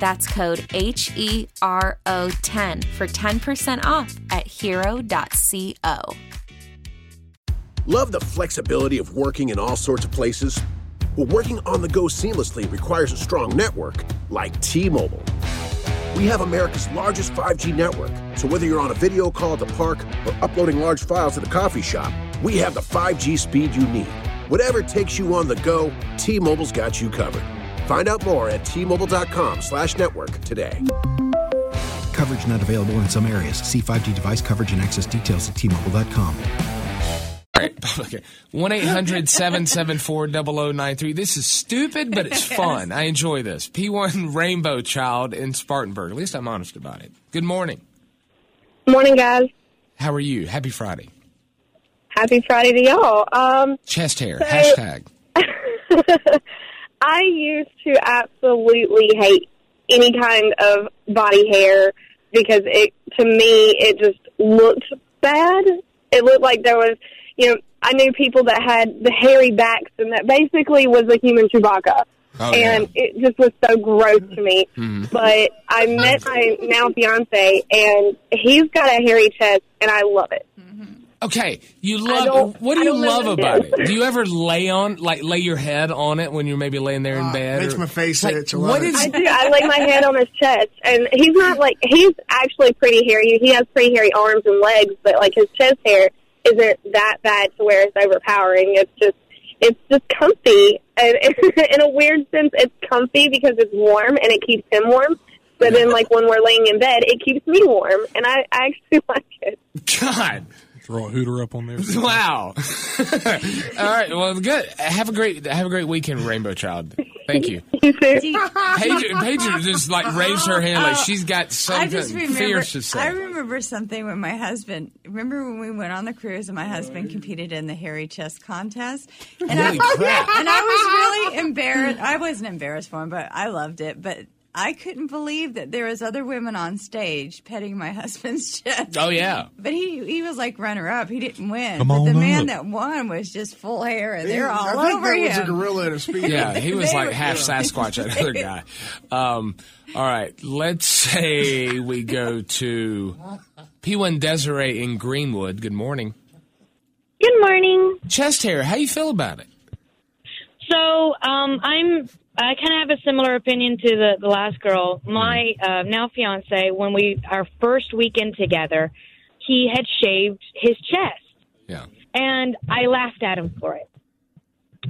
Speaker 14: That's code H E R O 10 for 10% off at hero.co.
Speaker 15: Love the flexibility of working in all sorts of places? Well, working on the go seamlessly requires a strong network like T Mobile. We have America's largest 5G network, so whether you're on a video call at the park or uploading large files at a coffee shop, we have the 5G speed you need. Whatever takes you on the go, T Mobile's got you covered. Find out more at T Mobile.com slash network today.
Speaker 13: Coverage not available in some areas. See 5G device coverage and access details at tmobile.com.
Speaker 4: All right, public here. 1 800 774 0093. This is stupid, but it's fun. I enjoy this. P1 Rainbow Child in Spartanburg. At least I'm honest about it. Good morning.
Speaker 16: Morning, guys.
Speaker 4: How are you? Happy Friday.
Speaker 16: Happy Friday to y'all. Um,
Speaker 4: Chest hair.
Speaker 16: So-
Speaker 4: Hashtag.
Speaker 16: I used to absolutely hate any kind of body hair because it, to me, it just looked bad. It looked like there was, you know, I knew people that had the hairy backs and that basically was a human Chewbacca.
Speaker 17: Oh, yeah. Mm-hmm.
Speaker 16: and it just was so gross to me. But I met my now fiance, and he's got a hairy chest, and I love it.
Speaker 4: Okay. You
Speaker 16: I don't-
Speaker 4: love. What do
Speaker 16: I
Speaker 4: you
Speaker 16: don't know
Speaker 4: love
Speaker 16: what it
Speaker 4: about
Speaker 16: is.
Speaker 4: it? Do you ever lay on, like, lay your head on it when you're maybe laying there in bed?
Speaker 5: Ah, makes
Speaker 4: or-
Speaker 5: my face
Speaker 4: like,
Speaker 5: itch a lot.
Speaker 4: What is.
Speaker 16: I do. I lay my head on his chest, and he's not like he's actually pretty hairy. He has pretty hairy arms and legs, but like his chest hair isn't that bad to where it's overpowering. It's just it's just comfy, and in a weird sense, it's comfy because it's warm and it keeps him warm. But then, like when we're laying in bed, it keeps me warm, and I, I actually like it.
Speaker 4: God.
Speaker 7: Throw a hooter up on there.
Speaker 4: Wow. All right. Well, good. Have a great have a great weekend, Rainbow Child. Thank you. Paige, Paige just like raised her hand like
Speaker 8: Oh,
Speaker 4: she's got
Speaker 8: I
Speaker 4: something
Speaker 8: just remember.
Speaker 4: fierce to say.
Speaker 8: I remember something when my husband. Remember when we went on the cruise and my husband competed in the hairy chest contest, and I
Speaker 17: Holy crap.
Speaker 8: and I was really embarrassed. I wasn't embarrassed for him, but I loved it. But I couldn't believe that there was other women on stage petting my husband's chest.
Speaker 4: Oh, yeah.
Speaker 8: But he he was like runner up. He didn't win.
Speaker 4: Come
Speaker 8: but the
Speaker 4: on
Speaker 8: man
Speaker 4: up.
Speaker 8: that won was just full hair, and they're
Speaker 5: I
Speaker 8: all
Speaker 5: think
Speaker 8: over
Speaker 5: that was a
Speaker 8: him.
Speaker 5: gorilla at a speed.
Speaker 4: yeah, he was
Speaker 8: They
Speaker 4: like
Speaker 8: were-
Speaker 4: half Sasquatch, that other guy. Um, all right, let's say we go to P1 Desiree in Greenwood. Good morning.
Speaker 18: Good morning.
Speaker 4: Chest hair, how you feel about it?
Speaker 18: So um, I'm. I kind of have a similar opinion to the, the last girl. My uh, now fiance, when we our first weekend together, he had shaved his chest.
Speaker 4: Yeah.
Speaker 18: And I laughed at him for it.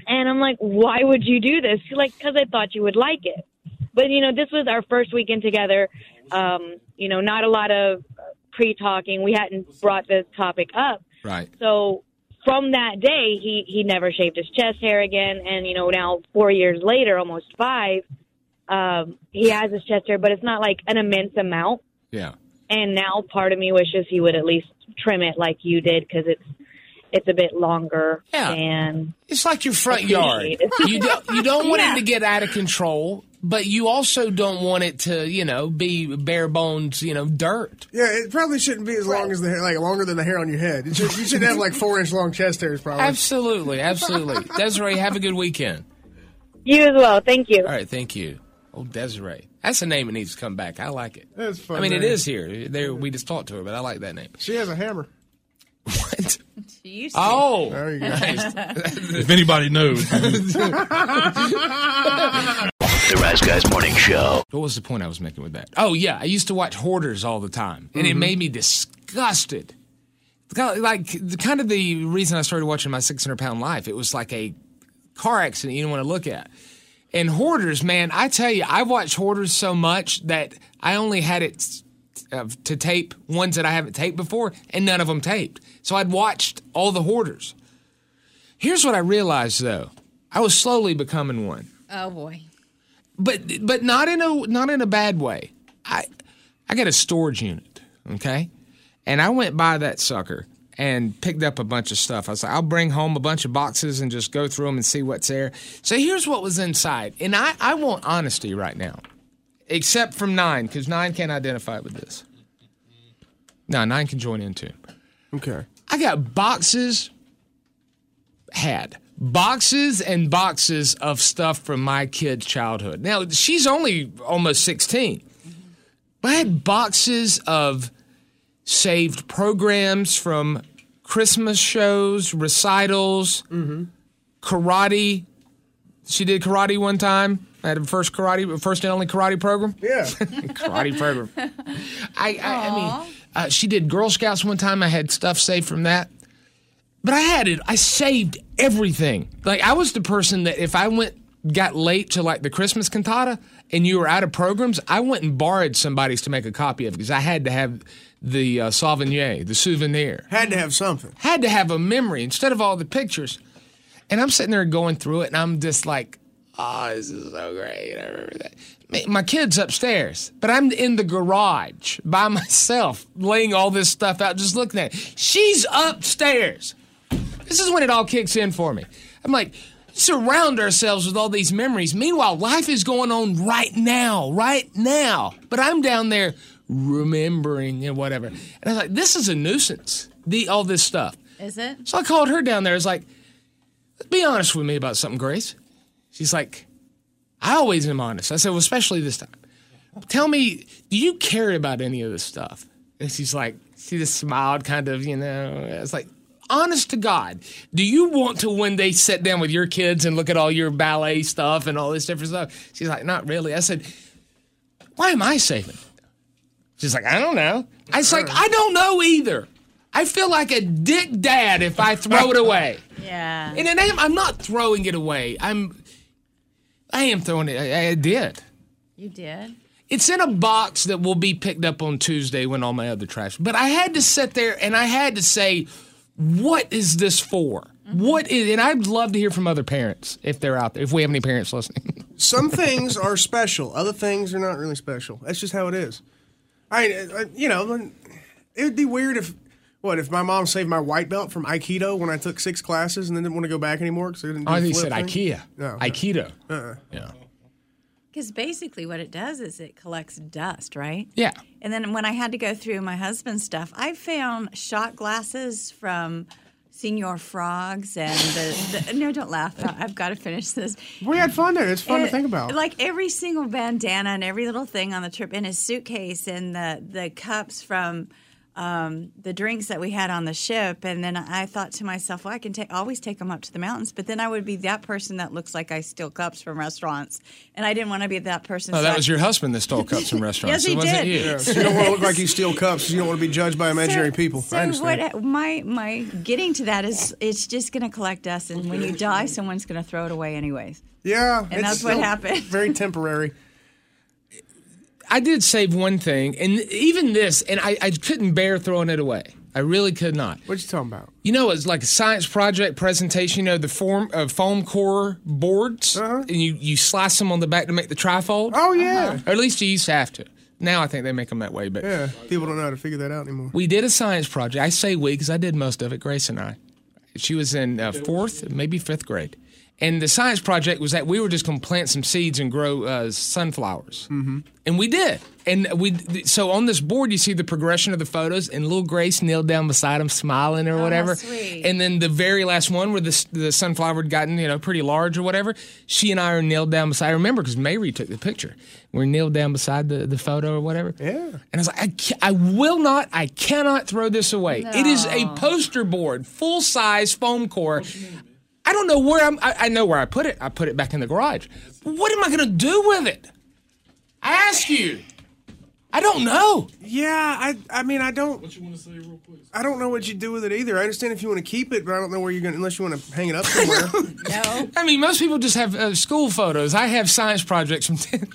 Speaker 18: And I'm like, why would you do this? He's like, because I thought you would like it. But, you know, this was our first weekend together. Um, you know, not a lot of pre talking. We hadn't brought the topic up.
Speaker 4: Right.
Speaker 18: So from that day, he he never shaved his chest hair again, and you know now four years later, almost five, um, he has his chest hair, but it's not like an immense amount.
Speaker 4: Yeah.
Speaker 18: And now part of me wishes he would at least trim it like you did because it's it's a bit longer.
Speaker 4: Yeah.
Speaker 18: And
Speaker 4: it's like your front yard. You don't you don't want it to get out of control, but you also don't want it to, you know, be bare bones, you know, dirt.
Speaker 5: Yeah, it probably shouldn't be as long as the hair, like longer than the hair on your head. It should, you should have like four inch long chest hairs, probably.
Speaker 4: Absolutely, absolutely. Desiree, have a good weekend.
Speaker 18: You as well. Thank you.
Speaker 4: All right, thank you. Oh, Desiree. That's a name that needs to come back. I like it.
Speaker 5: That's fun.
Speaker 4: I mean, it
Speaker 5: name.
Speaker 4: is here. There, we just talked to her, but I like that name.
Speaker 5: She has a hammer.
Speaker 8: She used to.
Speaker 4: Oh,
Speaker 5: There you go.
Speaker 7: If anybody knows.
Speaker 2: The Rise Guys Morning Show.
Speaker 4: What was the point I was making with that? Oh yeah, I used to watch Hoarders all the time, and it
Speaker 2: Mhm.
Speaker 4: made me disgusted. It's kinda Like the kind of the reason I started watching my 600 pound life, it was like a car accident you didn't want to look at. And Hoarders, man, I tell you, I watched Hoarders so much that I only had it s- uh, to tape ones that I haven't taped before, and none of them taped. So I'd watched all the Hoarders. Here's what I realized though: I was slowly becoming one
Speaker 8: Oh boy.
Speaker 4: but but not in a not in a bad way. I I got a storage unit, okay? And I went by that sucker and picked up a bunch of stuff. I was like, I'll bring home a bunch of boxes and just go through them and see what's there. So here's what was inside. And I, I want honesty right now, except from nine, because nine can't identify with this. No, nine can join in too.
Speaker 5: Okay.
Speaker 4: I got boxes, had boxes and boxes of stuff from my kid's childhood. Now, she's only almost 16. But I had boxes of saved programs from Christmas shows, recitals, karate. She did karate one time. I had her first karate, first and only karate program.
Speaker 5: Yeah.
Speaker 4: karate program. I, I, I mean, uh, she did Girl Scouts one time. I had stuff saved from that. But I had it. I saved everything. Like I was the person that if I went got late to like the Christmas cantata and you were out of programs, I went and borrowed somebody's to make a copy of because I had to have the uh, souvenir, the souvenir.
Speaker 5: Had to have something.
Speaker 4: Had to have a memory instead of all the pictures. And I'm sitting there going through it, and I'm just like, "Oh, this is so great." I remember that. Ma- My kid's upstairs, but I'm in the garage by myself, laying all this stuff out, just looking at it. She's upstairs. This is when it all kicks in for me. I'm like, surround ourselves with all these memories. Meanwhile, life is going on right now, right now. But I'm down there remembering and whatever. And I was like, this is a nuisance, the, all this stuff.
Speaker 8: Is it?
Speaker 4: So I called her down there. I was like, be honest with me about something, Grace. She's like, I always am honest. I said, well, especially this time. Tell me, do you care about any of this stuff? And she's like, she just smiled, kind of, you know. I was like, honest to God, do you want to one day sit down with your kids and look at all your ballet stuff and all this different stuff? She's like, not really. I said, why am I saving? She's like, I don't know. I was like, I don't know either. I feel like a dick dad if I throw it away.
Speaker 8: Yeah.
Speaker 4: And then I'm, I'm not throwing it away. I'm, I am throwing it. I, I did.
Speaker 8: You did?
Speaker 4: It's in a box that will be picked up on Tuesday when all my other trash. But I had to sit there and I had to say, what is this for? What is? And I'd love to hear from other parents if they're out there. If we have any parents listening,
Speaker 5: Some things are special. Other things are not really special. That's just how it is. I, I you know, it would be weird if, what, if my mom saved my white belt from Aikido when I took six classes and then didn't want to go back anymore because I didn't. Do
Speaker 4: I
Speaker 5: the
Speaker 4: think you
Speaker 5: flip
Speaker 4: Oh, said
Speaker 5: thing? Oh,
Speaker 4: IKEA,
Speaker 5: No,
Speaker 4: Aikido.
Speaker 5: no. Uh-uh.
Speaker 4: Yeah.
Speaker 8: Because basically, what it does is it collects dust, right?
Speaker 4: Yeah.
Speaker 8: And then when I had to go through my husband's stuff, I found shot glasses from Senior Frogs and the, the no, don't laugh. I've got to finish this.
Speaker 5: We had fun there. It's fun to
Speaker 8: It-
Speaker 5: think about.
Speaker 8: Like every single bandana and every little thing on the trip in his suitcase and the the cups from um, the drinks that we had on the ship. And then I thought to myself, well, I can take always take them up to the mountains, but then I would be that person that looks like I steal cups from restaurants, and I didn't want to be that person.
Speaker 4: Oh,
Speaker 8: so I-
Speaker 4: that was your husband that stole cups from restaurants.
Speaker 8: Yes, he
Speaker 4: it wasn't
Speaker 8: did.
Speaker 4: you.
Speaker 8: Yeah,
Speaker 5: So you don't want to look like you steal cups. You don't want to be judged by imaginary people. I
Speaker 8: So
Speaker 5: understand.
Speaker 8: what uh, my my getting to that is it's just going to collect dust, and when you die, someone's going to throw it away anyways.
Speaker 5: Yeah,
Speaker 8: And that's
Speaker 5: it's
Speaker 8: what
Speaker 5: still
Speaker 8: happened.
Speaker 5: Very temporary.
Speaker 4: I did save one thing, and even this, and I, I couldn't bear throwing it away. I really could not.
Speaker 5: What you talking about?
Speaker 4: You know, it's like a science project presentation. You know, the form uh, foam core boards, and you you slice them on the back to make the trifold.
Speaker 5: Uh-huh. Oh yeah.
Speaker 4: Or at least you used to have to. Now I think they make them that way, but
Speaker 5: Yeah, people don't know how to figure that out anymore.
Speaker 4: we did a science project. I say we because I did most of it, Grace and I. She was in uh, fourth, maybe fifth grade. And the science project was that we were just going to plant some seeds and grow uh, sunflowers. Mm-hmm. And we did. And we th- so on this board, you see the progression of the photos, and little Grace kneeled down beside him, smiling or whatever. And then the very last one, where the s- the sunflower had gotten you know pretty large or whatever, she and I are kneeled down beside. I remember because Mary took the picture. We're kneeled down beside the, the photo or whatever. Yeah. And I was like, I, ca- I will not, I cannot throw this away. It is a
Speaker 10: No.
Speaker 4: poster board, full size foam core. I don't know where I'm. I, I know where I put it. I put it back in the garage. But what am I going to do with it? I ask you. I don't know.
Speaker 5: Yeah, I I mean I don't. What you want to say real quick? I don't know what you do with it either. I understand if you want to keep it, but I don't know where you're going to unless you want to hang it up somewhere.
Speaker 4: I mean, most people just have uh, school photos. I have science projects from, 10,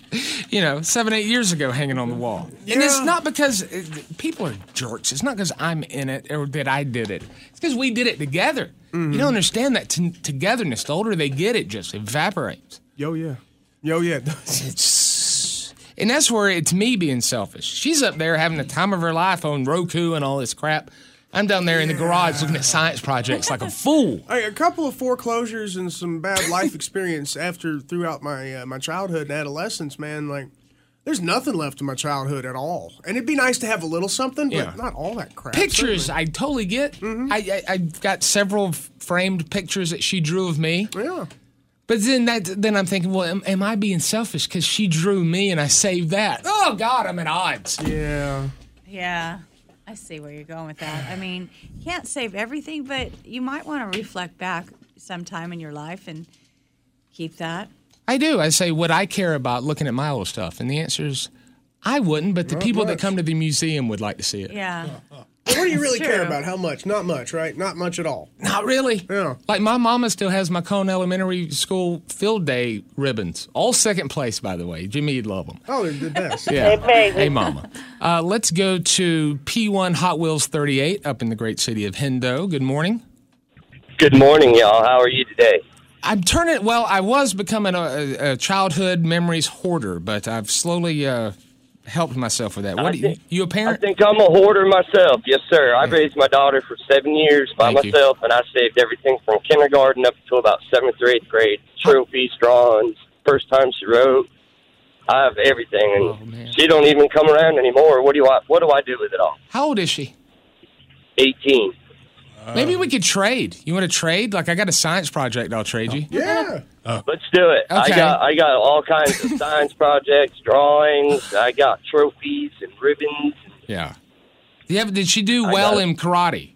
Speaker 4: you know, seven, eight years ago hanging on the wall. And it's
Speaker 10: Yeah.
Speaker 4: not because uh, people are jerks. It's not because I'm in it or that I did it. It's because we did it together. You don't understand that t- togetherness. The older they get, it just evaporates.
Speaker 5: Yo, yeah. Yo, yeah.
Speaker 4: And that's where it's me being selfish. She's up there having the time of her life on Roku and all this crap. I'm down there in the garage looking at science projects like a fool.
Speaker 5: Hey, a couple of foreclosures and some bad life experience after throughout my uh, my childhood and adolescence, man. Like, there's nothing left of my childhood at all, and it'd be nice to have a little something, but
Speaker 4: Yeah.
Speaker 5: not all that crap. Mm-hmm.
Speaker 4: Pictures, I totally get. I, I I've got several f- framed pictures that she drew of me.
Speaker 5: Yeah.
Speaker 4: But then that then I'm thinking, well, am, am I being selfish because she drew me and I saved that? Oh God, I'm at odds.
Speaker 5: Yeah.
Speaker 8: Yeah, I see where you're going with that. I mean, you can't save everything, but you might want to reflect back sometime in your life and keep that.
Speaker 4: I do. I say, would I care about looking at my old stuff? And the answer is, I wouldn't. But the
Speaker 5: Not
Speaker 4: people
Speaker 5: much.
Speaker 4: that come to the museum would like to see it.
Speaker 8: Yeah.
Speaker 5: But what do you
Speaker 8: It's
Speaker 5: really care
Speaker 8: true.
Speaker 5: about? How much? Not much, right? Not much at all.
Speaker 4: Not really.
Speaker 5: Yeah.
Speaker 4: Like my mama still has my Cone Elementary School field day ribbons, all second place, by the way. Jimmy, you'd love them.
Speaker 5: Oh, they're the best.
Speaker 4: Yeah. Hey, Mama. Uh, let's go to P1 Hot Wheels 38 up in the great city of Hendo. Good morning.
Speaker 19: Good morning, y'all. How are you today?
Speaker 4: I'm turning. Well, I was becoming a, a, a childhood memories hoarder, but I've slowly uh, helped myself with that. What
Speaker 19: I
Speaker 4: do you,
Speaker 19: think-
Speaker 4: you a
Speaker 19: I
Speaker 4: parent?
Speaker 19: think I'm a hoarder myself. Yes, sir. I raised my daughter for seven years by
Speaker 4: Thank you.
Speaker 19: myself, and I saved everything from kindergarten up until about seventh or eighth grade. Trophies, drawings, first time she wrote. I have everything,
Speaker 4: Oh,
Speaker 19: and she don't even come around anymore. What do you want? What do I do with it all?
Speaker 4: How old is she?
Speaker 19: Eighteen.
Speaker 4: Maybe we could trade. You want to trade? Like I got a science project. I'll trade you.
Speaker 5: Yeah.
Speaker 19: Let's do it.
Speaker 4: Okay.
Speaker 19: I got I got all kinds of science projects, drawings. I got trophies and ribbons.
Speaker 4: Yeah. Yeah, but did she do well in karate?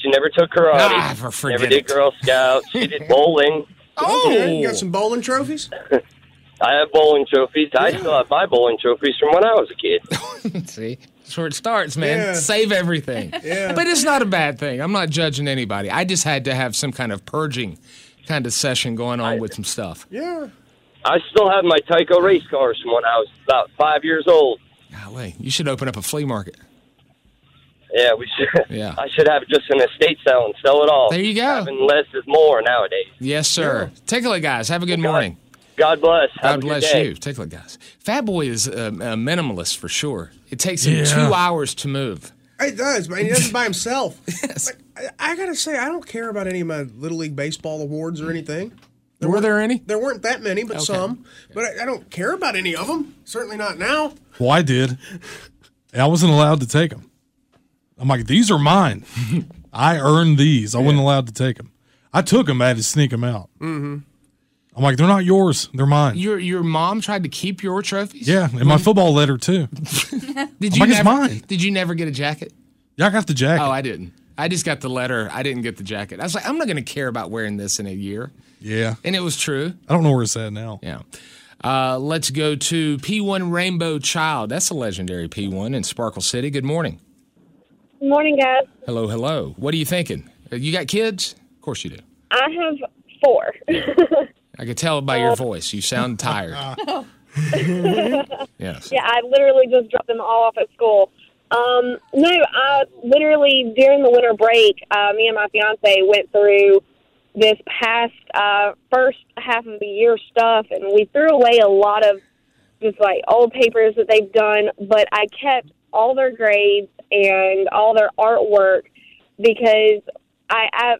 Speaker 19: She never took karate.
Speaker 4: Ah, for- forget
Speaker 19: never did
Speaker 4: it. Oh.
Speaker 19: Girl Scouts. She did bowling.
Speaker 5: Okay, you got some bowling trophies?
Speaker 19: I have bowling trophies. I still have my bowling trophies from when I was a kid.
Speaker 4: See, that's where it starts, man.
Speaker 19: Yeah.
Speaker 4: Save everything.
Speaker 19: Yeah.
Speaker 4: But it's not a bad thing. I'm not judging anybody. I just had to have some kind of purging kind of session going on with some stuff.
Speaker 5: Yeah.
Speaker 19: I still have my Tyco race cars from when I was about five years old.
Speaker 4: Golly, you should open up a flea market.
Speaker 19: Yeah, we should.
Speaker 4: Yeah.
Speaker 19: I should have just an estate sale and sell it all.
Speaker 4: There you go.
Speaker 19: Having less is more nowadays.
Speaker 4: Yes, sir. Take a look, guys. Have a good morning.
Speaker 19: God bless.
Speaker 4: God
Speaker 19: Have a good
Speaker 4: bless
Speaker 19: day.
Speaker 4: you. Take a look, guys. Fat Boy is a, a minimalist for sure. It takes him
Speaker 5: Yeah.
Speaker 4: two hours to move.
Speaker 5: It does, man. He does it by himself. Like, I, I gotta say, I don't care about any of my little league baseball awards or anything.
Speaker 4: Were there any?
Speaker 5: There weren't that many, but some. But I, I don't care about any of them. Certainly not now.
Speaker 7: Well, I did. And I wasn't allowed to take them. I'm like, these are mine. I earned these. I wasn't allowed to take them. I took them. I had to sneak them out.
Speaker 4: Mm-hmm.
Speaker 7: I'm like, they're not yours. They're mine.
Speaker 4: Your your mom tried to keep your trophies.
Speaker 7: Yeah, and my football letter too.
Speaker 4: Did
Speaker 7: I'm
Speaker 4: you
Speaker 7: like, it's
Speaker 4: never,
Speaker 7: mine.
Speaker 4: Did you never get a jacket?
Speaker 7: Yeah, I got the jacket.
Speaker 4: Oh, I didn't. I just got the letter. I didn't get the jacket. I was like, I'm not going to care about wearing this in a year.
Speaker 7: yeah,
Speaker 4: And it was true.
Speaker 7: I don't know where it's at now.
Speaker 4: Yeah. Uh, let's go to P1 Rainbow Child. That's a legendary P1 in Sparkle City. Good morning.
Speaker 16: Good morning, guys.
Speaker 4: Hello, hello. What are you thinking? Uh, You got kids? Of course you do.
Speaker 16: I have four.
Speaker 4: I could tell by your voice. You sound tired. yes.
Speaker 16: yeah, I literally just dropped them all off at school. Um, no, I literally during the winter break, uh, me and my fiance went through this past uh, first half of the year stuff, and we threw away a lot of just like old papers that they've done. But I kept all their grades and all their artwork because I, I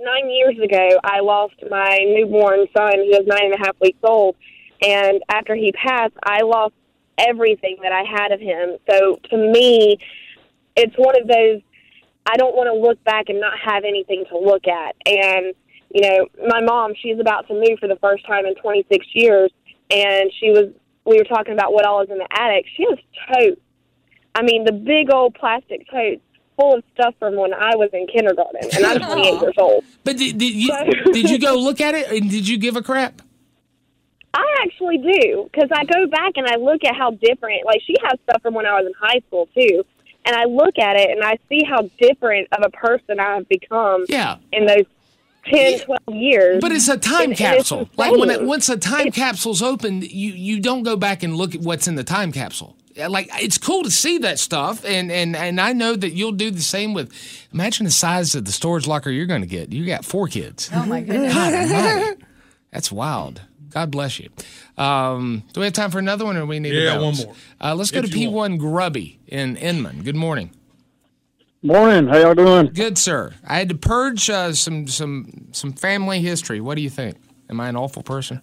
Speaker 16: nine years ago, I lost my newborn son who was nine and a half weeks old. And after he passed, I lost everything that I had of him. So to me, it's one of those I don't want to look back and not have anything to look at. And, you know, my mom, she's about to move for the first time in 26 years. And she was, we were talking about what all is in the attic. She has totes. I mean, the big old plastic totes full of stuff from when I was in kindergarten. And I'm 28 years old.
Speaker 4: But did, did you did you go look at it and did you give a crap?
Speaker 16: I actually do because I go back and I look at how different. Like she has stuff from when I was in high school too, and I look at it and I see how different of a person I have become.
Speaker 4: Yeah.
Speaker 16: In those 10, 12 years.
Speaker 4: But it's a time
Speaker 16: And- and it's
Speaker 4: capsule. like when it,
Speaker 16: insane.
Speaker 4: once a time capsule's open, you you don't go back and look at what's in the time capsule. Yeah, Like it's cool to see that stuff, and and and I know that you'll do the same with. Imagine the size of the storage locker you're going to get. You got four kids.
Speaker 8: Oh my goodness.
Speaker 4: God almighty. That's wild. God bless you. Um, do we have time for another one, or we need? to
Speaker 7: Yeah,
Speaker 4: bounce?
Speaker 7: one more.
Speaker 4: Uh, let's go
Speaker 7: If
Speaker 4: to
Speaker 7: you
Speaker 4: P one Grubby in Inman. Good morning.
Speaker 20: Morning. How y'all doing?
Speaker 4: Good, sir. I had to purge uh, some some some family history. What do you think? Am I an awful person?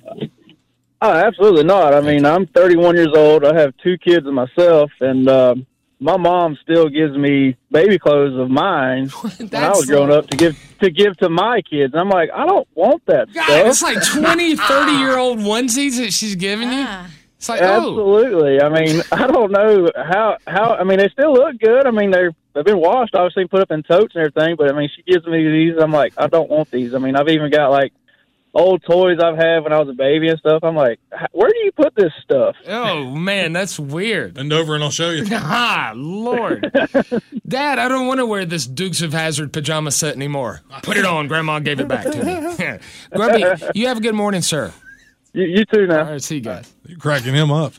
Speaker 20: Oh, absolutely not. I mean, I'm 31 years old. I have two kids myself, and uh, my mom still gives me baby clothes of mine when I was
Speaker 4: That's-
Speaker 20: growing up to give to give to my kids. And I'm like, I don't want that
Speaker 4: God,
Speaker 20: stuff.
Speaker 4: it's like 20, 30 year old onesies that she's giving you. It's like, oh,
Speaker 20: Absolutely. I mean, I don't know how how. I mean, they still look good. I mean, they're they've been washed, obviously, put up in totes and everything. But I mean, she gives me these. I'm like, I don't want these. I mean, I've even got like old toys I've had when I was a baby and stuff. I'm like, "H- where do you put this stuff?
Speaker 4: oh man, that's weird.
Speaker 7: Bend over and I'll show you.
Speaker 4: ah, Lord, Dad, I don't want to wear this Dukes of Hazard pajama set anymore. Put it on. Grandma gave it back to me. Grubby, you have a good morning, sir.
Speaker 20: You, you too now.
Speaker 4: All right, see you guys.
Speaker 7: You're cracking him up.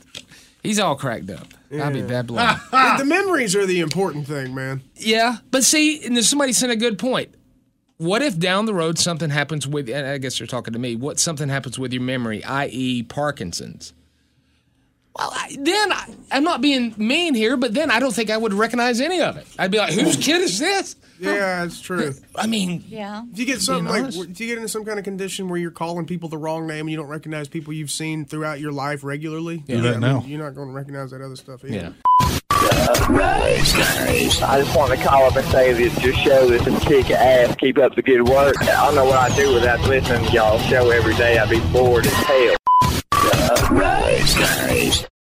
Speaker 4: He's all cracked up. I'll be that blind.
Speaker 5: The- the memories are the important thing, man.
Speaker 4: Yeah, but see, and somebody sent a good point. What if down the road something happens with? And I guess you're talking to me. What something happens with your memory, i.e., Parkinson's? Well, I, then I, I'm not being mean here, but then I don't think I would recognize any of it. I'd be like, "Whose kid is this?"
Speaker 5: Yeah, it's true.
Speaker 4: I mean,
Speaker 5: yeah. If you get something
Speaker 4: Being
Speaker 5: like,
Speaker 4: honest.
Speaker 5: if you get into some kind of condition where you're calling people the wrong name and you don't recognize people you've seen throughout your life regularly,
Speaker 10: Do that
Speaker 5: I mean,
Speaker 10: now.
Speaker 5: you're not going to recognize that other stuff either.
Speaker 10: Yeah. Rise, guys. I just want to call up and say that your show is some kick ass. Keep up the good work. I don't know what I'd do without listening to y'all show every day. I'd be bored as hell. Rise, guys.